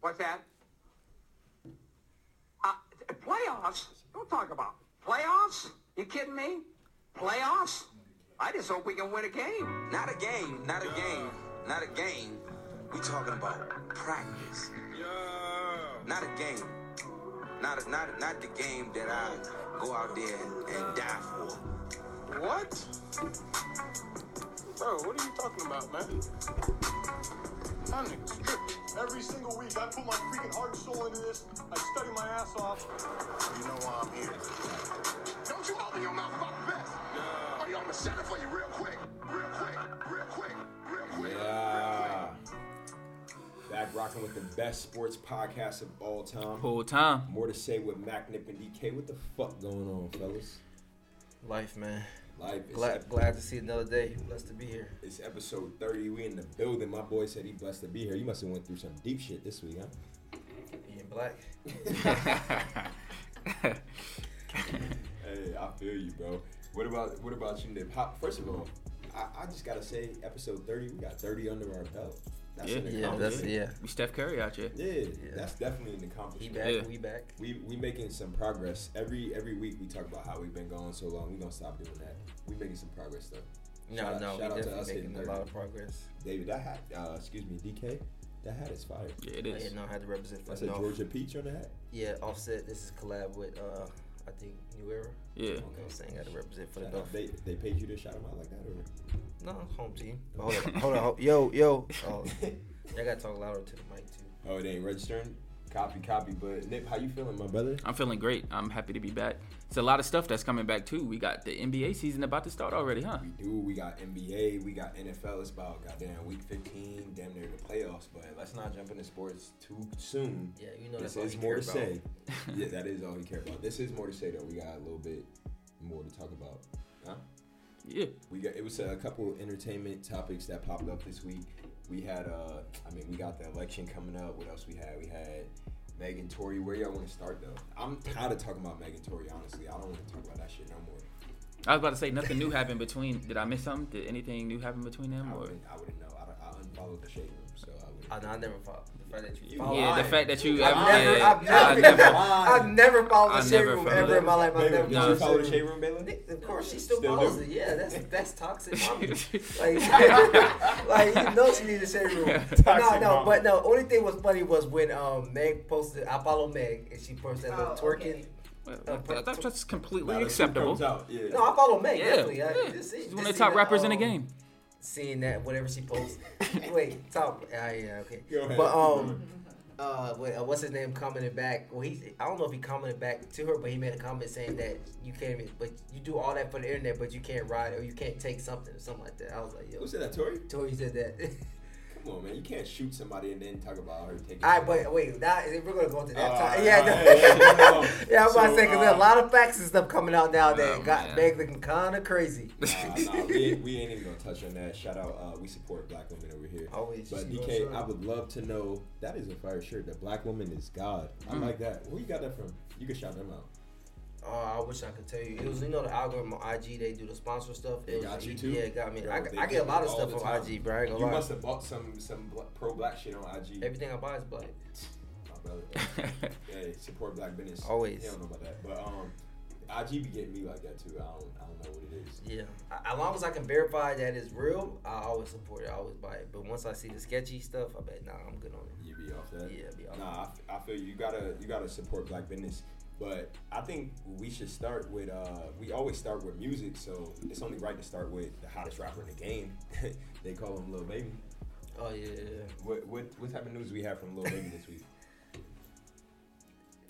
What's that? Uh, playoffs? Don't talk about playoffs. You kidding me? Playoffs? I just hope we can win a game. Not a game, not a game, not a game. We talking about practice. Not a game. Not a, not not the game that I go out there and, and die for. What? Bro, what are you talking about, man? I'm tripping. Every single week, I put my freaking heart and soul into this. I study my ass off. You know why I'm here. Don't you open your mouth about the best. Or you, I'm gonna shut it for you real quick, real quick, real quick, real quick. Yeah. Back rocking with the best sports podcast of all time. Full time. More to say with Mac Nip and DK. What the fuck going on, fellas? Life, man. Life is Glad, glad to see another day. Blessed to be here. It's episode 30. We in the building. My boy said he blessed to be here. You must have went through some deep shit this week, huh? Being black. Hey, I feel you, bro. What about what about you, Nip? How, first of all, I, I just gotta say, episode 30, we got 30 under our belt. That's Yeah. an Yeah, that's accomplishment. yeah. We Steph Curry out here. Yeah, that's definitely an He accomplishment. back. Yeah. We back. we we making some progress every every week. We talk about how we've been going so long. We gonna stop doing that. We making some progress though. No, Shout out- no. shout out we to us definitely making a hitting lot of progress. David, that hat. Uh, excuse me, DK. That hat is fire. Yeah, it I is. didn't know how to represent for That's a North. Georgia peach on the hat. Yeah, Offset. This is collab with uh, I think New Era. Yeah. You know what I'm saying? Got to represent for the Shout North. out. They they paid you to shout him out like that or? No, home team. But Hold on, hold on. hold- Yo, yo. Oh, I gotta talk louder to the mic too. oh, they ain't registering. Copy, copy. But Nip, how you feeling, my brother? I'm feeling great. I'm happy to be back. It's a lot of stuff that's coming back too. We got the NBA season about to start already, huh? Dude, we got NBA, we got NFL. It's about goddamn week 15, damn near the playoffs. But let's not jump into sports too soon. Yeah, you know this that's all is we more care to about. say. yeah, that is all we care about. This is more to say though. We got a little bit more to talk about. Huh? Yeah. We got it was a couple entertainment topics that popped up this week. We had uh, I mean, we got the election coming up. What else we had? We had Megan Tory. Where y'all want to start though? I'm tired of talking about Megan Tory. Honestly, I don't want to talk about that shit no more. I was about to say nothing new happened between. Did I miss something? Did anything new happen between them? I Or wouldn't, I wouldn't know. I, don't- I unfollowed the shade room, so I wouldn't. Oh, I, I never followed. The fact that you You- followed. yeah, the lying. fact that you I've ever, never- yeah, I've never- I never- I've never followed I the shade never room followed ever it. in my life. I've Baylor, never did no, you followed follow the the shade room, Baylor? Nick, Of course, she still, Still follows do. it. Yeah, that's that's toxic mommy. like, like you know she needs a shade room. no, Toxic no, mommy. but no. Only thing was funny was when um Meg posted. I follow Meg and she posted that little Oh, twerking. okay. Well, that- that's just completely Nah, the shit acceptable. comes out, Yeah. No, I follow Meg. Yeah, definitely. I, yeah. just see- She's just one of the see top rappers in the um, game. Seeing that whatever she posts. Wait, top. Ah, yeah, okay. Go ahead, But keep um, going. uh, wait, uh, what's his name commented back? Well, he I don't know if he commented back to her, but he made a comment saying that you can't, even- but you do all that for the internet, but you can't ride or you can't take something or something like that. I was like, yo, Who said that, Tory? Tori said that. Come on, man. You can't shoot somebody and then talk about her taking. all right, but wait, now we're gonna go into that. Uh, topic. yeah, no. yeah, yeah. yeah, I'm about to So, say because there's uh, a lot of facts and stuff coming out now Oh, that got man. Meg looking kind of crazy. Nah, nah, we, we ain't even gonna touch on that. Shout out, uh, we support black women over here. Always. But You know DK, what I I'm would love to know. That is a fire shirt. The black woman is God. I like that. Where you got that from? You can shout them out. Oh, I wish I could tell you. It was you know the algorithm on IG. They do the sponsor stuff. They It was, got you he- too? Yeah, it got me. Bro, I, they I get a do lot it of all stuff the on time. IG, bro. I ain't You gonna lie. must have bought some some pro black shit on IG. Everything I buy is black. my brother. hey, support black business. Always. He don't know about that. But um, IG be getting me like that too. I don't, I don't know what it is. Yeah. I, as long as I can verify that it's real, I always support it. I always buy it. But once I see the sketchy stuff, I bet nah, I'm good on it. You be off that. Yeah, be off. Nah, I f- I, feel you gotta you gotta support black business. But I think we should start with uh, we always start with music, so it's only right to start with the hottest rapper in the game. they call him Lil Baby. Oh yeah. yeah, yeah. What what what type of news we have from Lil Baby this week?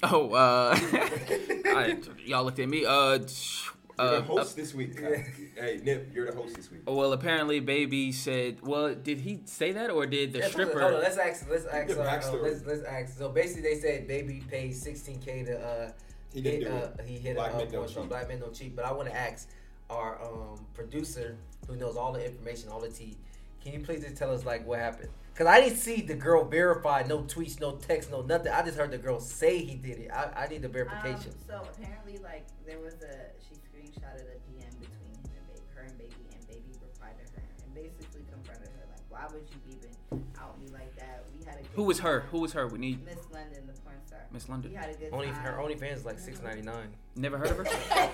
Oh, uh, I, y'all looked at me. Uh, sh- You're uh, the host this week. hey Nip, you're the host this week. uh, well, apparently, baby said. Well, did he say that, or did the Yeah, hold on, stripper? Hold on, let's ask. Let's ask. Give Uh, uh, backstory. let's, let's ask. So basically, they said baby paid 16k to uh, He didn't hit, do uh, it. he hit Black a, men don't uh, cheat. black men don't cheat. But I want to ask our um, producer who knows all the information, all the tea. Can you please just tell us like what happened? Cause I didn't see the girl verify, no tweets, no text, no nothing. I just heard the girl say he did it. I, I need the Um, verification. so apparently, like there was a she screenshotted a DM between him and baby, her and baby, and baby replied to her and basically confronted her like, "Why would you even out me like that? We had a Who was her? Who was her? We need Miss London, the porn star. Miss London. You had a good Only time. her only fans like six ninety nine. Never heard of her? Oh.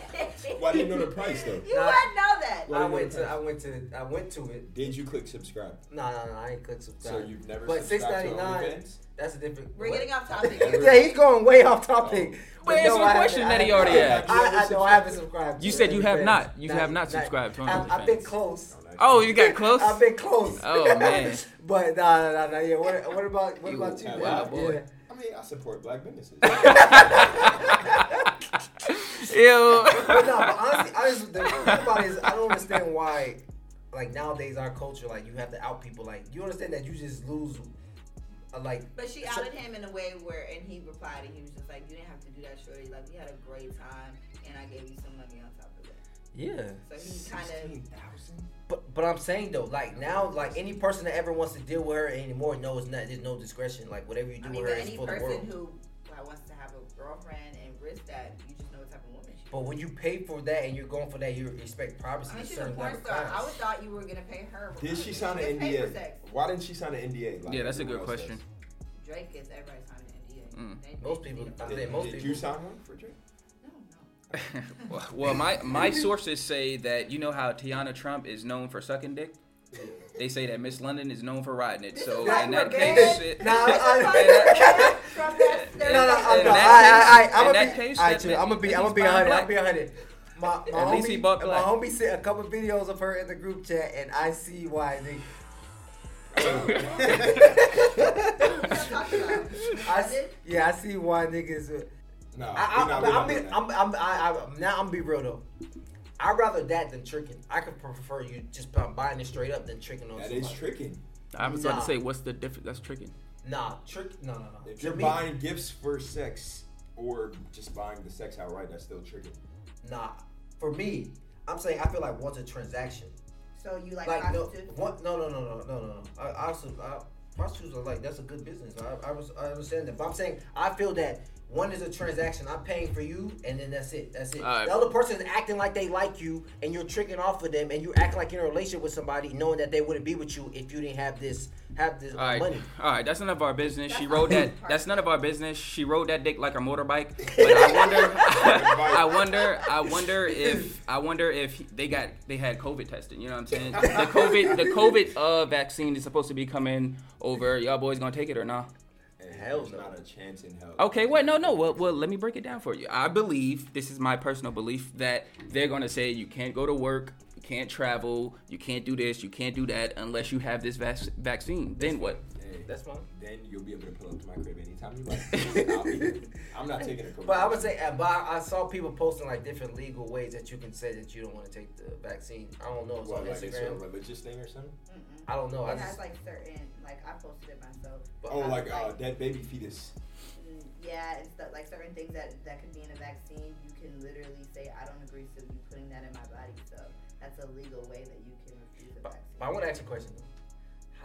Why do you know the price though? You Nah. wouldn't know that. Well, I went to I went to I went to it. Did you click subscribe? No, no, no, I ain't click subscribe. So you've never But six subscribed to ninety nine. OnlyFans? That's a different. We're what? getting off topic. Never- Yeah, he's going way off topic. But answer the I question haven't- that he I already asked. haven't- I, I know I haven't subscribed. to You said you have OnlyFans. not. You have not subscribed to I, I've been OnlyFans. close. Oh, you got close. I've been close. Oh, man. but nah, nah, nah, nah, yeah. What, what about what You about you? a man? wild boy. Yeah. I mean, I support black businesses. Ew. But no, but honestly, honestly, the thing about it is I don't understand why, like nowadays our culture, like you have to out people. Like you understand that you just lose, uh, like But she So- outed him in a way where, and he replied, and he was just like, "You didn't have to do that, shorty. Like we had a great time, and I gave you some money on top of that." yeah. So he kind of. But but I'm saying though, like now, like any person that ever wants to deal with her anymore knows not there's no discretion. Like whatever you do I mean, with her but is any for the person world. who uh, wants to have a girlfriend and risk that, you just know what type of woman she. is. but when you pay for that and you're going for that, you expect privacy. I mean, to she's a certain porn level star. of I class. would thought you were gonna pay her. Did she sign She an gets paid for NDA? sex. Why didn't she sign an NDA? like Yeah, that's a good everyone else question. Drake is everybody signed an NDA. Mm. They- Most they people- need to does? I find think out. most Did people- you sign one for Drake? No, no. well, my my sources say that you know how Tiana Trump is known for sucking dick. They say that Miss London is known for riding it. So not in that revenge. case, it, Nah, I- that- From that No, No, no, I'm In no, that I, case- I, I, in that I'm gonna be, case, I, that I'm gonna be, means I'm gonna be he's buying hundred. I'm black. gonna be hundred. My, my At homie, least he bought my black. homie sent a couple videos of her in the group chat, and I see why. They, I, see- yeah, I see why niggas. uh, No, we're I, I, not- we're I'm, not I'm, doing being- that. I'm, I'm, I, I, now I'm be real though. I'd rather that than tricking. I could prefer you just buying it straight up than tricking on That somebody. is tricking. I was about Nah. to say, what's the difference? That's tricking. Nah, trick. No, no, no. If To you're me- buying gifts for sex or just buying the sex outright, that's still tricking. nah. For me, I'm saying I feel like once a transaction. So you like, like no, prostitutes? what? No, no, no, no, no, no, no. I, I also, I, prostitutes are like that's a good business. I, I was, I understand that. But I'm saying I feel that one is a transaction. I'm paying for you, and then that's it. That's it. All right. The other person is acting like they like you, and you're tricking off of them, and you act like you're in a relationship with somebody, knowing that they wouldn't be with you if you didn't have this, have this All right, money. all right. That's none of our business. She That's not rode that. the part. That's none of our business. She rode that dick like a motorbike. But I wonder. I wonder. I wonder if. I wonder if he- they got. They had COVID testing. You know what I'm saying? The COVID. The COVID uh, vaccine is supposed to be coming over. Y'all boys gonna take it or not? And Hell there's no. not a chance in hell. Okay, what? No, no. Well, well, let me break it down for you. I believe this is my personal belief that they're going to say you can't go to work, you can't travel, you can't do this, you can't do that unless you have this vac- vaccine. Then what? Hey, That's fine. Then you'll be able to pull up to my crib anytime you like. I'll be here. I'm not taking a COVID. But I would say, uh, but I I saw people posting like different legal ways that you can say that you don't want to take the vaccine. I don't know. It's What, on like it's a Instagram. religious thing or something? I don't know. I It has just, like certain, like I posted it myself. Oh, I was like uh, dead baby fetus. mm, yeah, and stuff like certain things that that could be in a vaccine. You can literally say, I don't agree to you putting that in my body. So that's a legal way that you can refuse a But vaccine. but I want to ask you a question. though.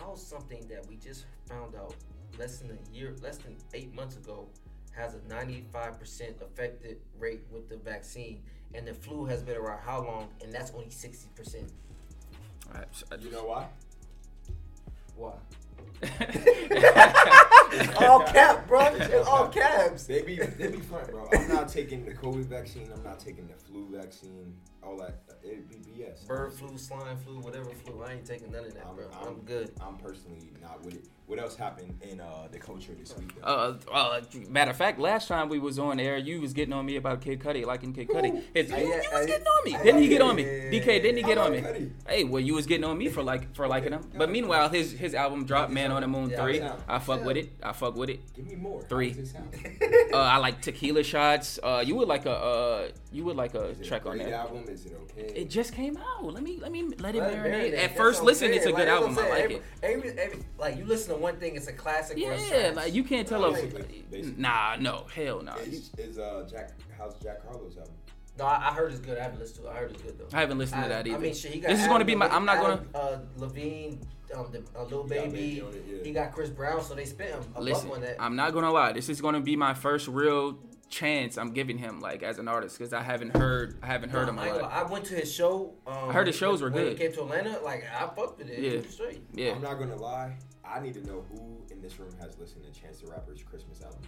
How is something that we just found out less than a year, less than eight months ago, has a 95% effective rate with the vaccine, and the flu has been around how long, and that's only 60%? All right, so I uh, You just- know why? Why? All cap, bro. It's all caps. They be they be front, bro. I'm not taking the COVID vaccine. I'm not taking the flu vaccine. All that it be BS. Bird flu, swine flu, whatever flu. I ain't taking none of that, bro. I'm, good. I'm personally not with it. What else happened in uh, the culture this week? Though? Uh, uh, matter of fact, last time we was on air, you was getting on me about Kid Cudi, liking Kid Cudi. His, I- you, you I- was getting on me. Didn't he get on me? Yeah. DK, didn't he get I on me? like Cudi. Hey, well, you was getting on me for like for liking him. But meanwhile, his his album dropped, Man on the Moon Yeah, three. yeah. I fuck with it. I fuck with it. Give me more. How Three. does this happen? Uh, I like tequila shots. Uh, you would like a uh, you would like a Is it a track on great that. Album? Is it okay? It just came out. Let me let me let it Let it marinate. marinate. At That's first what I'm listen, it's a saying. good Like, that's album. what I I'm like saying. it. Every, every, every, like you listen to one thing, it's a classic. or it's Yeah, trash. like you can't tell a Basically, basically. nah, no, hell no. is, is uh Jack how's Jack Harlow's album? No, I, I heard it's good. I haven't listened to it. I heard it's good though. I haven't listened to that either. I mean, shit, he got this is going to be my. I'm not going to. Adam, Uh, Levine, um, the, uh, Lil He got Baby, Baby on it, yeah. he got Chris Brown, so they spent him a Listen, buck on that. I'm not gonna lie. This is gonna be my first real chance I'm giving him, like as an artist, because I haven't heard, I haven't heard him I, a ain't lot. gonna- I went to his show. Um, I heard his shows were when good. He came to Atlanta. Like I fucked with it. Yeah. It was straight. Yeah, I'm not gonna lie. I need to know who in in this room has listened to Chance the Rapper's Christmas album?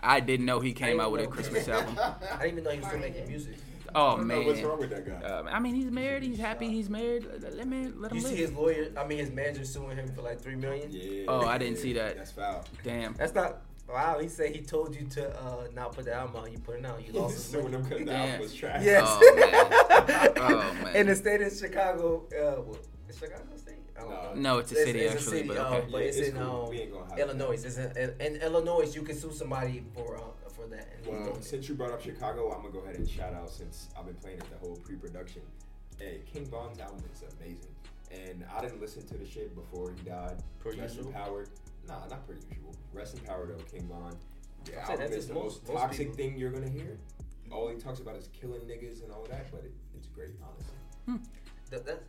I didn't know he came out with a Christmas album. I didn't even know he was still making music. Oh No, man. what's wrong with that guy? Um, I mean, he's married. He's happy. He's married. Let, let me let him You see live. his lawyer, I mean his manager suing him for like three million. yeah. Oh, I didn't see that. That's foul. Damn. That's not wow. He said he told you to uh, not put the album out. You put it out. You lost his So when money. them cut the Yeah. album was trash. Yes. Oh man. Oh man. In the state of Chicago, uh, well, is Chicago state? I don't No. know. no, it's a city it's actually, city, but um, okay. but Yeah, it's, it's in cool. um, We ain't gonna hide Illinois. It's in, in, in Illinois. You can sue somebody for uh, for that. And he's Well, doing it. since you brought up Chicago, I'm gonna go ahead and shout out since I've been playing it the whole pre-production. Hey, King Von's album is amazing, and I didn't listen to the shit before he died. Per Rest in usual? power. Nah, not per usual. Rest in power though, King Von. The saying album that's is just the most- most most toxic people. thing you're gonna hear. All he talks about is killing niggas and all that, but it, it's great, honestly. Th- that's,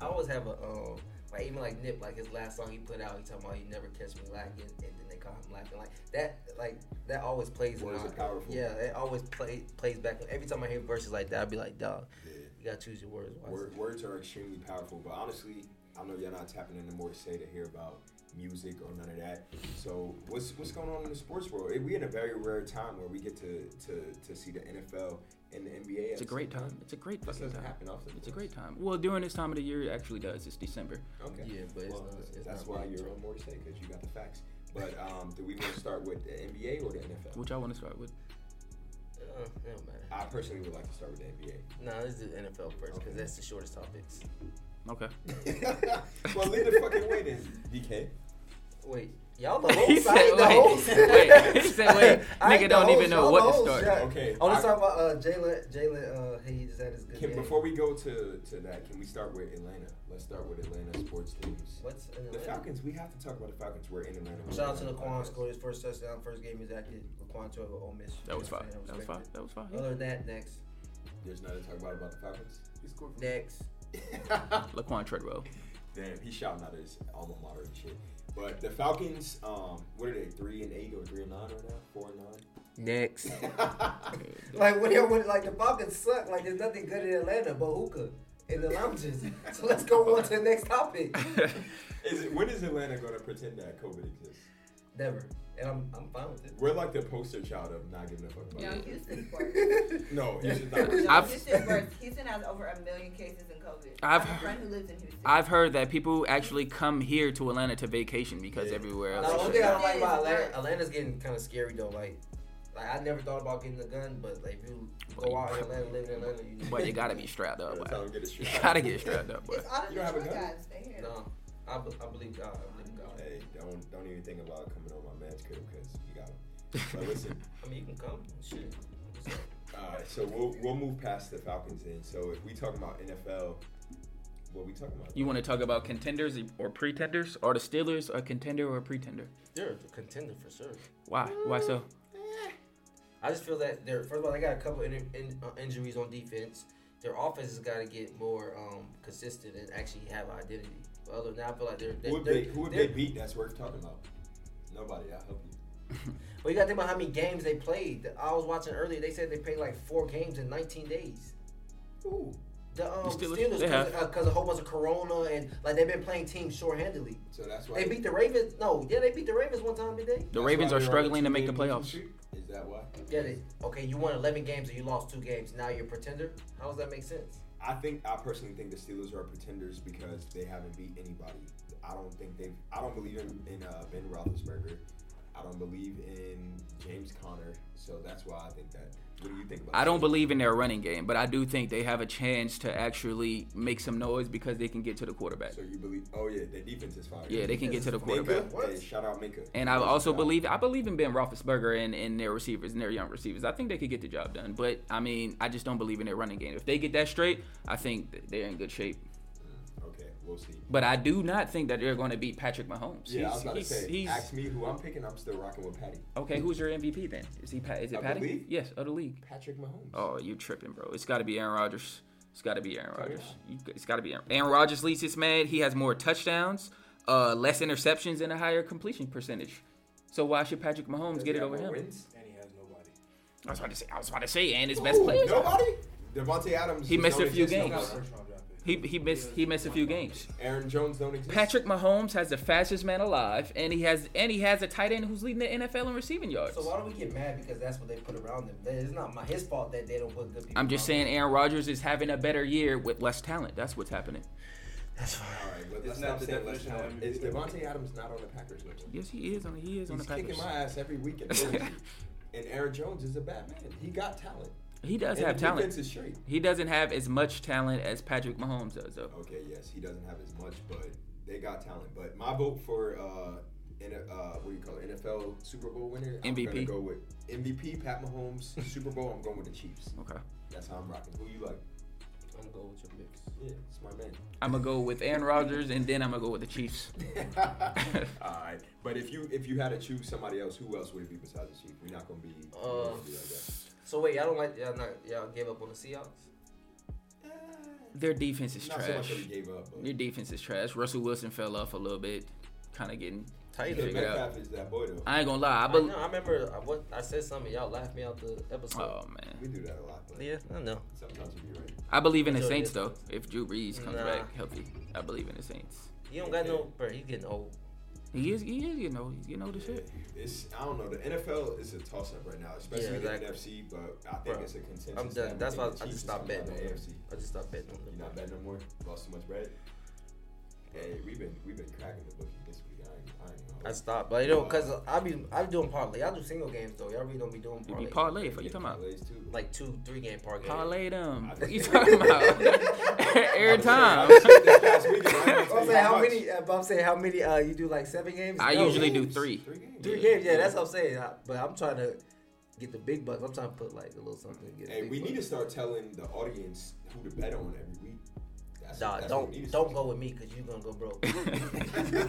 I always have a um, like even like Nip, like his last song he put out, he talking about you never catch me lacking, and then they caught him lacking. Like that, like that always plays. in Words my- are powerful. Yeah, it always play, plays back. Every time I hear verses like that, I'd be like, dog, Yeah. you gotta choose your words. wisely." Word, words are extremely powerful, but honestly, I know y'all not tapping into more say to hear about music or none of that. So what's what's going on in the sports world? Eh, We in a very rare time where we get to to, to see the NFL and the NBA. It's a great time. It's a great This fucking doesn't time. happen often. It's a great time. Well, during this time of the year, it actually does. It's December. Okay. Yeah, but it's Well, not- it's that's not why big. you're on more to say because you got the facts. But um, do we want to start with the NBA or the NFL? Which I want to start with. Uh, it don't matter. I personally would like to start with the NBA. Nah, let's do NFL first because that's the shortest topics. Okay. well, lead the fucking way then, DK. Wait, y'all the He said, whole side, the wait. whole Wait. He said, wait. I ain't Nigga the don't host, even know y'all what the to host, start. yeah. Okay, I want I- to talk about uh, Jalen. Jalen, uh, he just had his good Can, game. Before we go to, to that, can we start with Atlanta? Let's start with Atlanta sports teams. What's in The Atlanta? Falcons, we have to talk about the Falcons. We're in Atlanta. Shout out to Podcast. Laquan scored his first touchdown, first game he's acted. Laquan to Ole Miss. That was You know fine. what I'm saying? That was fine. That was fine. respected. Other than that, next, There's nothing to talk about about the Falcons. He scored next. Laquan Treadwell. Damn, he's shouting out his alma mater and shit. But the Falcons, um, what are they? Three and eight or three and nine right now? Four and nine. Next. like when you when like the Falcons suck, like there's nothing good in Atlanta but hookah in the lounges. so let's go on to the next topic. Is it, when is Atlanta going to pretend that COVID exists? Never. And I'm I'm fine with it. We're like the poster child of not giving a fuck about No, it. Houston's worse. No, he's just not. No, I've- Houston's worse. Houston has over a million cases in COVID. I I've have a heard- friend who lives in Houston. I've heard that people actually come here to Atlanta to vacation because everywhere Now, the else. only is thing I shut don't like about Jesus. Atlanta, Atlanta's getting kind of scary though. Like, like I never thought about getting a gun, but like if you go out in Atlanta, live in Atlanta, you down. But you gotta be strapped up. That's how Boy. we get it You straight. gotta get strapped up. Boy. It's all the You don't have a Detroit gun? guys. Stay here. No, I, be- I believe God. I believe God. Hey, don't don't even think about coming on my man's crib because you got him. But listen, I mean, you can come. Shit. uh, so we'll we'll move past the Falcons then. So if we talking about NFL, what we talking about? You want to talk about contenders or pretenders? Are the Steelers a contender or a pretender? They're a contender for sure. Why? Why so? I just feel that they're first of all they got a couple in, in, uh, injuries on defense. Their offense has got to get more um, consistent and actually have identity. But other than that, I feel like they're. they're who would they're, they who would they're- they beat? That's worth talking about. Nobody. I help you. But you got to think about how many games they played. I was watching earlier. They said they played like four games in 19 days. Ooh. The um, The Steelers, Steelers, they because have. uh 'cause a whole bunch of Corona and like they've been playing teams shorthandedly. So that's why They beat the Ravens. No, yeah, they beat the Ravens one time, did they? The that's Ravens why they're are on a struggling to make the two-game losing playoffs. streak? Is that why? Yeah, they. Okay, you won 11 games and you lost two games. Now you're a pretender. How does that make sense? I think I personally think the Steelers are pretenders because they haven't beat anybody. I don't think they've. I don't believe in, in uh, Ben Roethlisberger. I don't believe in James Conner. So that's why I think that. What do you think about? I don't that? believe in their running game, but I do think they have a chance to actually make some noise because they can get to the quarterback. So you believe? Oh yeah, their defense is fire. Yeah, they can get to the quarterback. Minka, hey, shout out Minka. And I also Shout out. believe I believe in Ben Roethlisberger and, and their receivers and their young receivers. I think they could get the job done, but I mean, I just don't believe in their running game. If they get that straight, I think that they're in good shape. Okay, we'll see. But I do not think that they're going to beat Patrick Mahomes. Yeah, I was He's- about to he's- say. he's- ask me who I'm picking. I'm still rocking with Patty. okay. Who's your MVP then? Is he? Pa- Is it Of the Patty? league? Yes, of the league. Patrick Mahomes. Oh, you tripping, bro? It's got to be Aaron Rodgers. It's got to be Oh, Aaron Rodgers. You, it's got to be Aaron. Aaron Rodgers leads this man. He has more touchdowns, uh, less interceptions, and a higher completion percentage. So why should Patrick Mahomes Does get he it have over more him? wins? And he has nobody. I was about to say. I was about to say, and his best Ooh, players. Nobody. Devontae Adams. He is missed a known as few just games. He got a number- first round draft pick. He, he missed he missed a few games. Aaron Jones don't exist. Patrick Mahomes has the fastest man alive, and he has and he has a tight end who's leading the NFL in receiving yards. So why do we get mad because that's what they put around them? That- It's not my his fault that they don't put good people. I'm just around saying Aaron Rodgers is having a better year with less talent. That's what's happening. All right, but let's Isn't that not the say less definition of talent. Is Devontae Adams not on the Packers no more? Yes, he is on he is on He's the kicking Packers. my ass every week in fantasy. and Aaron Jones is a bad man. He got talent. He does and have the talent. Defense is straight. He doesn't have as much talent as Patrick Mahomes does though. Okay, yes, he doesn't have as much, but they got talent. But my vote for uh, in uh, what do you call it? NFL Super Bowl winner. I'm gonna MVP. go with MVP Pat Mahomes Super Bowl. I'm going with the Chiefs. Okay. That's how I'm rocking. Who you like? them. I'm gonna go with your mix. Yeah, it's my man. I'm gonna go with Aaron Rodgers and then I'm gonna go with the Chiefs. All right, but if you if you had to choose somebody else, who else would it be besides the Chiefs? We're not gonna be. we're not gonna be like that. So wait, y'all don't like y'all not y'all gave up on the Seahawks? Their defense is Not so much trash. that we gave up, but Your defense is trash. Russell Wilson fell off a little bit, kind of getting Tight Yeah, figured out. Metcalf is that boy though. I ain't gonna lie. I I, bel know, I remember I, what I said something. Y'all laughed me out the episode. Oh man, We do that a lot, but yeah, I know. sometimes you be right. I believe in the Enjoy Saints this. though. If Drew Brees comes Nah. back healthy, I believe in the Saints. You don't got no, bro. You getting old. He is, he is, you know, he's getting older shit. It's I don't know. The NFL is a toss up right now, especially Yeah, exactly. in the NFC. But I think Bro, it's a consensus. I'm that done. we That's think why I the I Chiefs just is stopped coming out betting on of the them. AFC. I just stopped betting on You're them. not betting no more. Lost too much bread. Hey, we've been we've been cracking the bookie this week. I ain't, I ain't gonna lie. I stopped, but you know, cause I be I be doing parlay. Y'all do single games though. Y'all really don't be doing You parlay. be parlay. What Yeah, you talking about? parlays, too. Like two, three game parlay. Parlay them. I What you think- talking about? Every time. I checked this past weekend, I ain't gonna tell I'm you saying how much. many? uh, but I'm saying how many? Uh, you do like seven games? I No. usually do three. Three games. three games. Yeah, that's what I'm saying. I, but I'm trying to get the big bucks. I'm trying to put like a little something. to Get the Hey, big we need to bucks. start telling the audience who to bet on every week. That's, Nah, that's what we need don't to don't start go with me because you're gonna go broke.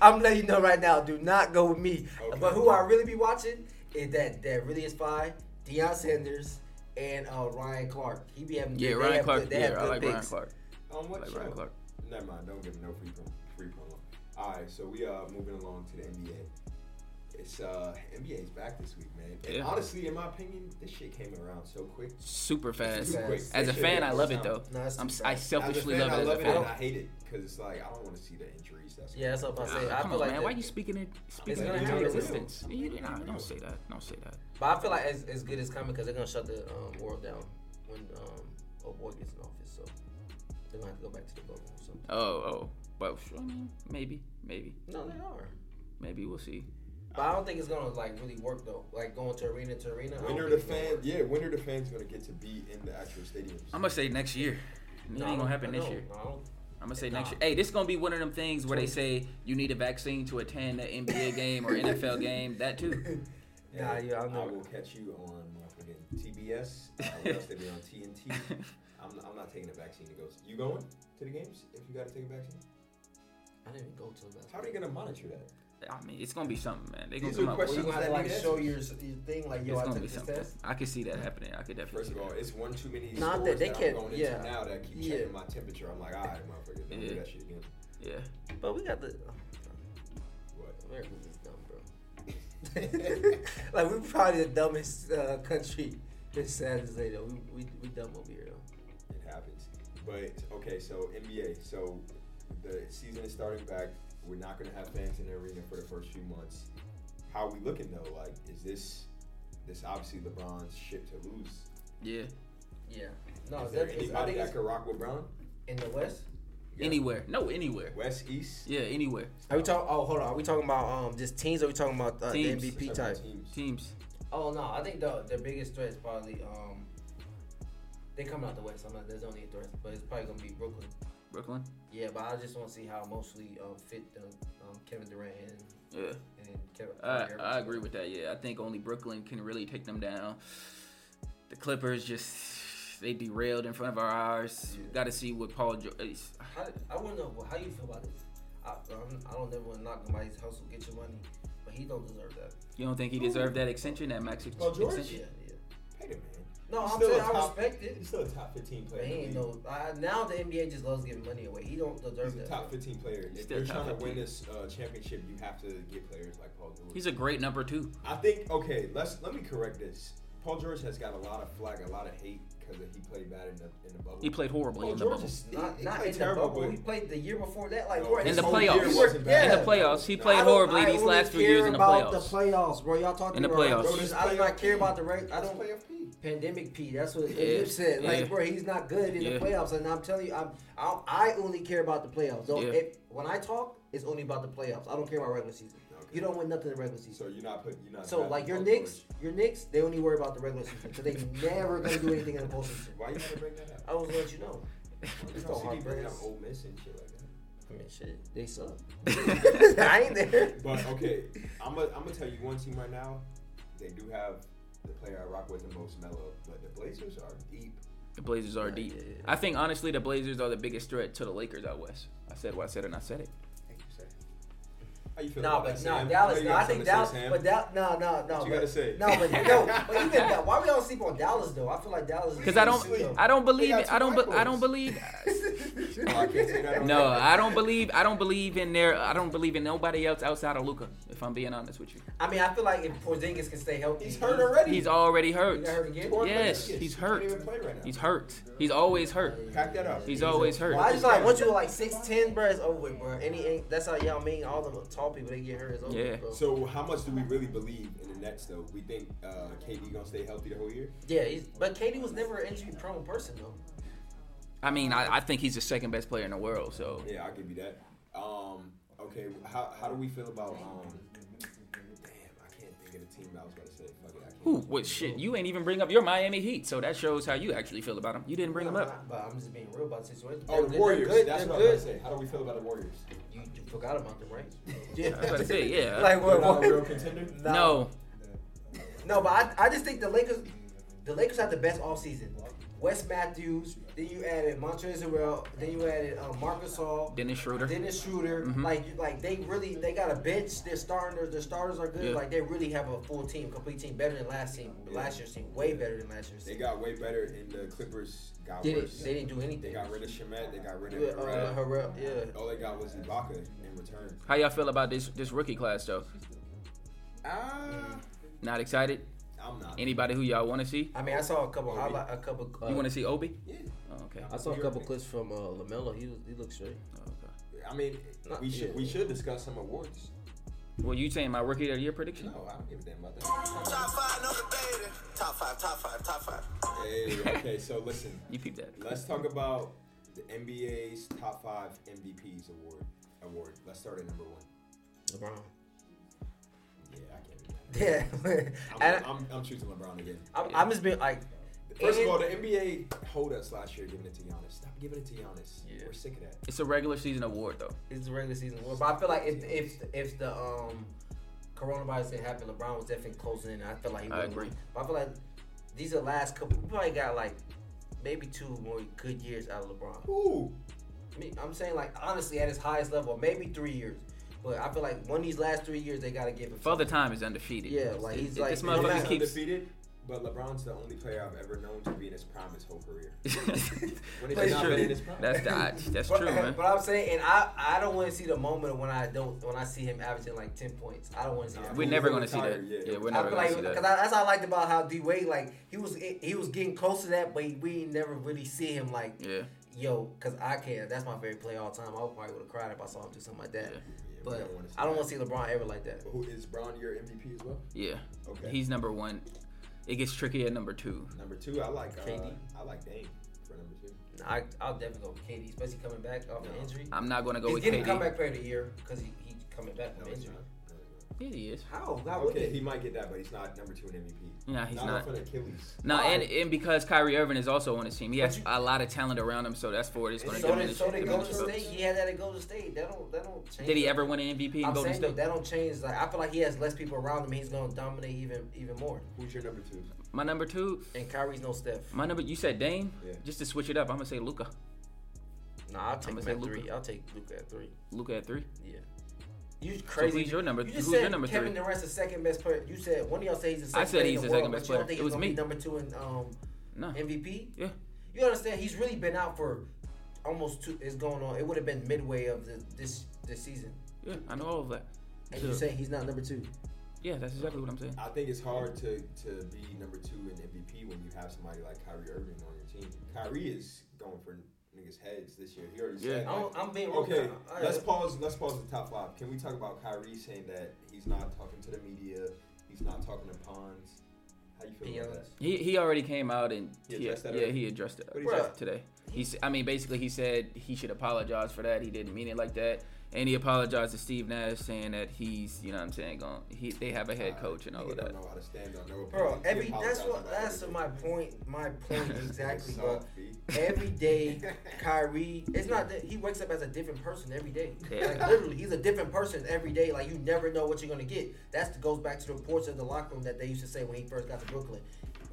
I'm letting you know right now, do not go with me. Okay. But who I really be watching is that that really is fine, Deion Sanders and uh, Ryan Clark. He be having Yeah, they Ryan have Clark. Good, they Yeah, have I good like Ryan picks. Clark. On Um, what Like show? Ryan Clark. Never mind. Don't give him no free promo. Free promo. All right, so we are moving along to the NBA. It's uh NBA is back this week, man. And Yeah. honestly, in my opinion, this shit came around so quick. Super fast. Too quick. As That a shit fan, didn't I work love it out. though. No, it's I'm, too I fast. selfishly as a fan, love I it as a love it and I fan. hate it because it's like I don't want to see the injuries. That's Yeah, that's what I'm saying. Ah, I come feel on, like man. that- Why you speaking it speaking gonna it into happen. existence? You, nah, don't say that. Don't say that. But I feel like as, as good as coming because they're gonna shut the um, world down when um, old boy gets in office. So they're gonna have to go back to the bubble. So Oh, oh. But I mean, maybe, maybe, no, they are. maybe we'll see. But I don't think it's gonna like really work though. Like going to arena to arena. I don't When are think the it's gonna fans? work. Yeah, when are the fans gonna get to be in the actual stadiums? I'm gonna say next year. It No, I ain't don't- gonna happen I this don't- year. I don't- I'm gonna say Nah. next year. Hey, this gonna be one of them things where they say you need a vaccine to attend an NBA game or NFL game. That too. Nah, And yeah, I know. will catch you on my freaking TBS. I will catch you on TNT. I'm, I'm not taking a vaccine to go. You going to the games if you got to take a vaccine? I didn't even go to the How are they gonna monitor that? I mean, it's gonna be something, man. They gonna These come are out. questions you that have to like need show answers. your, your thing, like yo, It's I gonna took be this something. test. I could see that happening. I could definitely. First see of all, that. it's one too many Not stores that that, they I'm can't- going into yeah. now that keep Yeah. checking my temperature. I'm like, all right, motherfucker, don't do Yeah. that shit again. yeah. But we got the What? Americans is dumb, bro. like we're probably the dumbest uh, country. It's sad to say though, we we, we dumb over here though. It happens. But okay, so NBA. So the season is starting back. We're not gonna have fans in the arena for the first few months. How are we looking though? Like, is this this obviously LeBron's shit to lose? yeah, Yeah. No, Is there that, it's, I anybody think that it's could rock with Brown? in the West. Yeah. Anywhere. No, anywhere. West, East, Yeah, anywhere. Are we talking? Oh, hold on. Are we talking about um just teams? Or are we talking about uh, the Teams. MVP Seven type? teams. Teams. Oh no, I think the the biggest threat is probably um they coming out the West. I'm not. There's only a threat, but it's probably gonna be Brooklyn. Brooklyn. Yeah, but I just want to see how emotionally um, fit the, um, Kevin Durant and, Yeah. and Kevin. I, I agree with that. Yeah, I think only Brooklyn can really take them down. The Clippers just they derailed in front of our eyes. Got to see what Paul eh, George. How, I want to know how you feel about this. I, I'm, I don't ever want to knock nobody's hustle, get your money, but he don't deserve that. You don't think he deserved that extension, that max ex- Paul George? Yeah, extension? yeah. Hey, man. No, He's I'm still saying a I top- respect it. He's still a top 15 player. But he in the ain't league. no. I, now the NBA just loves giving money away. He don't deserve He's a that. top 15 player. If Still you're top trying to win 15. this uh, championship, you have to get players like Paul George. He's a great number two. I think okay. Let's let me correct this. Paul George has got a lot of flack, a lot of hate because he played bad in the in the bubble. He played horribly Paul in the George bubble. is- he- Not, he not played in terrible, the bubble. but- He played the year before that. Like No, bro, in his the whole year playoffs. wasn't In bad. In the playoffs, he No, played I don't- horribly I these only last few care years in the about playoffs. The playoffs, bro. Y'all talking In the about playoffs. Bro, this- I do not care about the rate. I It's don't. playoff P. Pandemic P. That's what Yeah, Nip said. Like, yeah. bro, he's not good in Yeah. the playoffs, and I'm telling you, I'm, I I only care about the playoffs. So Yeah. if, when I talk, it's only about the playoffs. I don't care about regular season. You don't win nothing in regular season. So you're not putting. You're not. So drafting like your Paul Knicks, George. your Knicks, they only worry about the regular season because they never gonna do anything in the postseason. Why you gotta bring that I up? was gonna let you know. You Oh, It's don't all see me hard bringing up press. Ole Miss and shit like that. I mean, shit, they suck. I ain't there. But okay, I'm gonna I'm gonna tell you one team right now. They do have the player I rock with the most, Mellow. But the Blazers are deep. The Blazers are deep. I think honestly, the Blazers are the biggest threat to the Lakers out west. I said what I said, and I said it. Thank you, sir. How you feel No, about but that, no, Sam? know Dallas. you No, got I something to think say, Dallas, Sam. but that, no, no, no. What you but- gotta say? No, but no, but even that. Why we all sleep on Dallas though? I feel like Dallas. Because I don't, I don't believe got it. two I don't, be, I micros. don't believe. Oh, I can't say that on No, record. I don't believe. I don't believe in there. I don't believe in nobody else outside of Luca. If I'm being honest with you, I mean, I feel like if Porzingis can stay healthy, He's hurt already. he's already hurt. He's hurt again. Torn Yes, meniscus. he's He can't hurt. even play right now. He's hurt. He's always hurt. Pack that up. He's always Well, I hurt. just like once you like six ten, bro, it's over with, bro. Any, any that's how y'all mean all the tall people they get hurt. It's over. Yeah. With, bro. So how much do we really believe in the Nets though? We think uh, KD gonna stay healthy the whole year? yeah, he's, but Katie was never an injury prone person though. I mean, I, I think he's the second best player in the world. So Yeah, I'll give you that. Um, okay, how, how do we feel about um? Damn, I can't think of the team I was gonna say. Fuck it, I can't. who? What shit? You ain't even bring up your Miami Heat. So that shows how you actually feel about him. You didn't bring him up. But I'm just being real about the situation. Oh, They're- the they're Warriors. good, That's they're what I was good. gonna say. How do we feel about the Warriors? You, you forgot about them, right? I was about to say, yeah. Like They're what? not what? a real contender. No, No, but I, I just think the Lakers the Lakers had the best offseason. Wes Matthews, then you added Montrezl Harrell, then you added uh, Marcus Hall, Dennis Mm-hmm. Schroeder. Dennis Schroeder. Like you- like they really they got a bench. Their starting their, their starters are good. Yeah. Like they really have a full team, complete team, better than last team. Last year's team, way better than last year's They team. got way better, and the Clippers got They worse. didn't, they didn't do They anything. got rid of Oh. Shemet. They got rid Yeah, of. uh, Durant. Harrell, yeah. All they got was Ibaka in return. How y'all feel about this this rookie class though? Ah, Not excited? I'm not. Anybody who y'all want to see? I mean, I saw a couple highlight, a couple. Uh, You want to see Obi? Yeah. Oh, okay. I saw a couple clips from uh, Lamelo. He was, he looked straight. Oh, okay. I mean, Not- we should we should discuss some awards. Well, you saying my rookie of the year prediction? No, I don't give a damn about that. Top five, no debating. Top five, top five, top five. Hey, okay, so listen, You peep that. let's talk about the NBA's top five MVPs award. Award. Let's start at number one. LeBron. Yeah, I can't. do that. Yeah. and I'm, I'm, I'm choosing LeBron again. I'm, I'm just being like. First and- of all, the NBA hold us last year giving it to Giannis. Stop giving it to Giannis. We're sick of that. It's a regular season award though. It's the regular season. Well, but I feel like if if if the um coronavirus didn't happen, LeBron was definitely closing in. I feel like he I would agree. But I feel like these are last couple. We probably got like maybe two more good years out of LeBron. Ooh, Me, I'm saying like honestly at his highest level, maybe three years. But I feel like one of these last three years they gotta give him. Father Time is undefeated. Yeah, like, he's It- like- this no motherfucker matter- LeBron's keeps. undefeated, but LeBron's the only player I've ever known to be in his prime his whole career. When he's That's not been in his true. prime. That's the, that's But, true, man. but I'm saying, and I, I don't want to see the moment of when I don't when I see him averaging like ten points. I don't want to see that. We're never gonna see that. Retired, yeah. Yeah, we're I never gonna feel like see because that. that's how I liked about how D Wade like he was he was getting close to that, but we ain't never really see him like Yeah. yo because I can't. That's my favorite play all time. I would probably would have cried if I saw him do something like that. Yeah. Yeah, we But don't wanna see I don't that. want to see LeBron ever like that. Who is Bron your MVP as well? Yeah. Okay. He's number one. It gets tricky at number two. Number two, I like uh, KD. I like Dame for number two. I I'll definitely go with KD, especially coming back off an injury. I'm not gonna go He's with getting KD. comeback player of the year because he, he coming back No, from he's injury. not. No, he's not. Yeah, he is. How? How would Okay, he? he might get that, but he's not number two in MVP. Nah, he's off not. an Achilles. No, Why? and, and because Kyrie Irving is also on his team, he has you- a lot of talent around him, so that's for it. It's going to So did, diminish. so did diminish Golden votes. State. He had that at Golden State. That don't that don't change. Did he it. ever win an MVP in I'm Golden saying though, State? that don't change. Like I feel like he has less people around him. He's gonna dominate even even more. Who's your number two? My number two, And Kyrie's no Steph. my number. You said Dame. Yeah. Just to switch it up, I'm gonna say Luca. Nah, I'll take I'ma him say at Luka. three. I'll take Luca at three. Luca at three. Yeah. You crazy. who's your number- You just who's said your number Kevin three? Durant's the second best player. You said one of y'all say he's the second. I said player in he's the world, second best but you don't player. think It he's was gonna be me. Number two in um, No. MVP. Yeah. You understand? He's really been out for almost two. It's going on. It would have been midway of the, this this season. Yeah. I know all of that. And So, you saying he's not number two? Yeah, that's exactly what I'm saying. I think it's hard to, to be number two in MVP when you have somebody like Kyrie Irving on your team. Kyrie is going for niggas' heads this year. He already said. Yeah. like, I'm, I'm being real Okay, kind- all right. let's pause. Let's pause the top five. Can we talk about Kyrie saying that he's not talking to the media? He's not talking to Pons. How you feel about that? He, he already came out and He yeah, addressed that yeah already? he addressed it What'd he uh, today. He s- I mean basically he said he should apologize for that. He didn't mean it like that. And he apologized to Steve Nash saying that he's you know what I'm saying going he they have a head coach and all Nigga of that. Don't know how to stand on no Bro, opinion. He every that's apologized what about that's everything. my point. My point exactly, bro. Soft, B. Every day, Kyrie, it's not that he wakes up as a different person every day. Yeah. Like literally, he's a different person every day. Like you never know what you're gonna get. That's goes back to the reports of the locker room that they used to say when he first got to Brooklyn.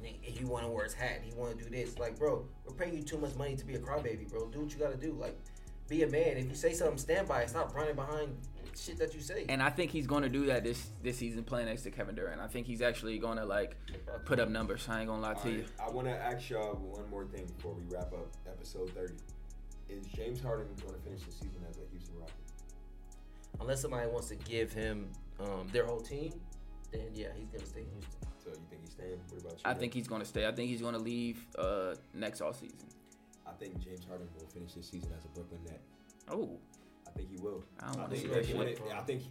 "Nigga, He want to wear his hat. He want to do this. Like, bro, we're paying you too much money to be a crybaby, bro. Do what you gotta do. Like, be a man. If you say something, stand by it. Stop running behind shit that you say. And I think he's going to do that this this season playing next to Kevin Durant. I think he's actually going to like put up numbers. I ain't gonna lie to you. I want to ask y'all one more thing before we wrap up episode 30. Is James Harden going to finish the season as a Houston Rocket? Unless somebody wants to give him um, their whole team, then yeah, he's gonna stay in Houston. So you think he's staying? What about you? I Nick? think he's going to stay. I think he's going to leave uh next off season. I think James Harden will finish this season as a Brooklyn Net. Oh, I think he will. I don't wanna think see that they shit. wanted- I think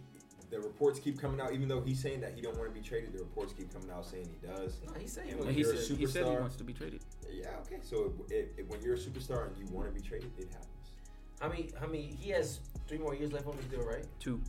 the reports keep coming out, even though he's saying that he don't want to be traded. The reports keep coming out saying he does. No, he's saying And what when he you're said, a he said he superstar- wants to be traded. Yeah, okay. So it, it, it- when you're a superstar and you want to be traded, it happens. How many? How many? He has three more years left on his deal, right? Two.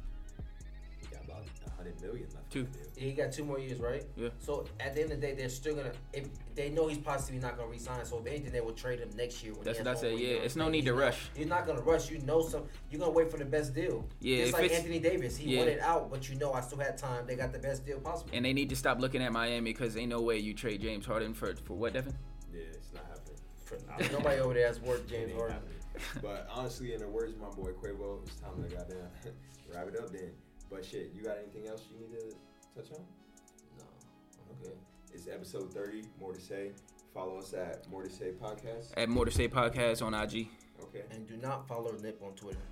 He got about 100 million left. Two. on the deal. Yeah, he got two more years, right? Yeah. So at the end of the day, they're still gonna. If they know he's possibly not gonna resign, so if anything, they will trade him next year. When That's he what I has said. one more Yeah, year. it's no need to rush. You're not gonna rush. You know some. You're gonna wait for the best deal. Yeah, It's if like it's- Anthony Davis. He yeah. wanted out, but you know I still had time. They got the best deal possible. And they need to stop looking at Miami because ain't no way you trade James Harden for for what, Devin? Yeah, it's not happening. For- nobody over there has worth James It ain't Harden. happening. But honestly, in the words of my boy Quavo, it's time to goddamn wrap it up then. But shit, you got anything else you need to touch on? No. Okay. It's episode 30, More to Say. Follow us at More to Say Podcast. At More to Say Podcast on IG. Okay. And do not follow Nip on Twitter.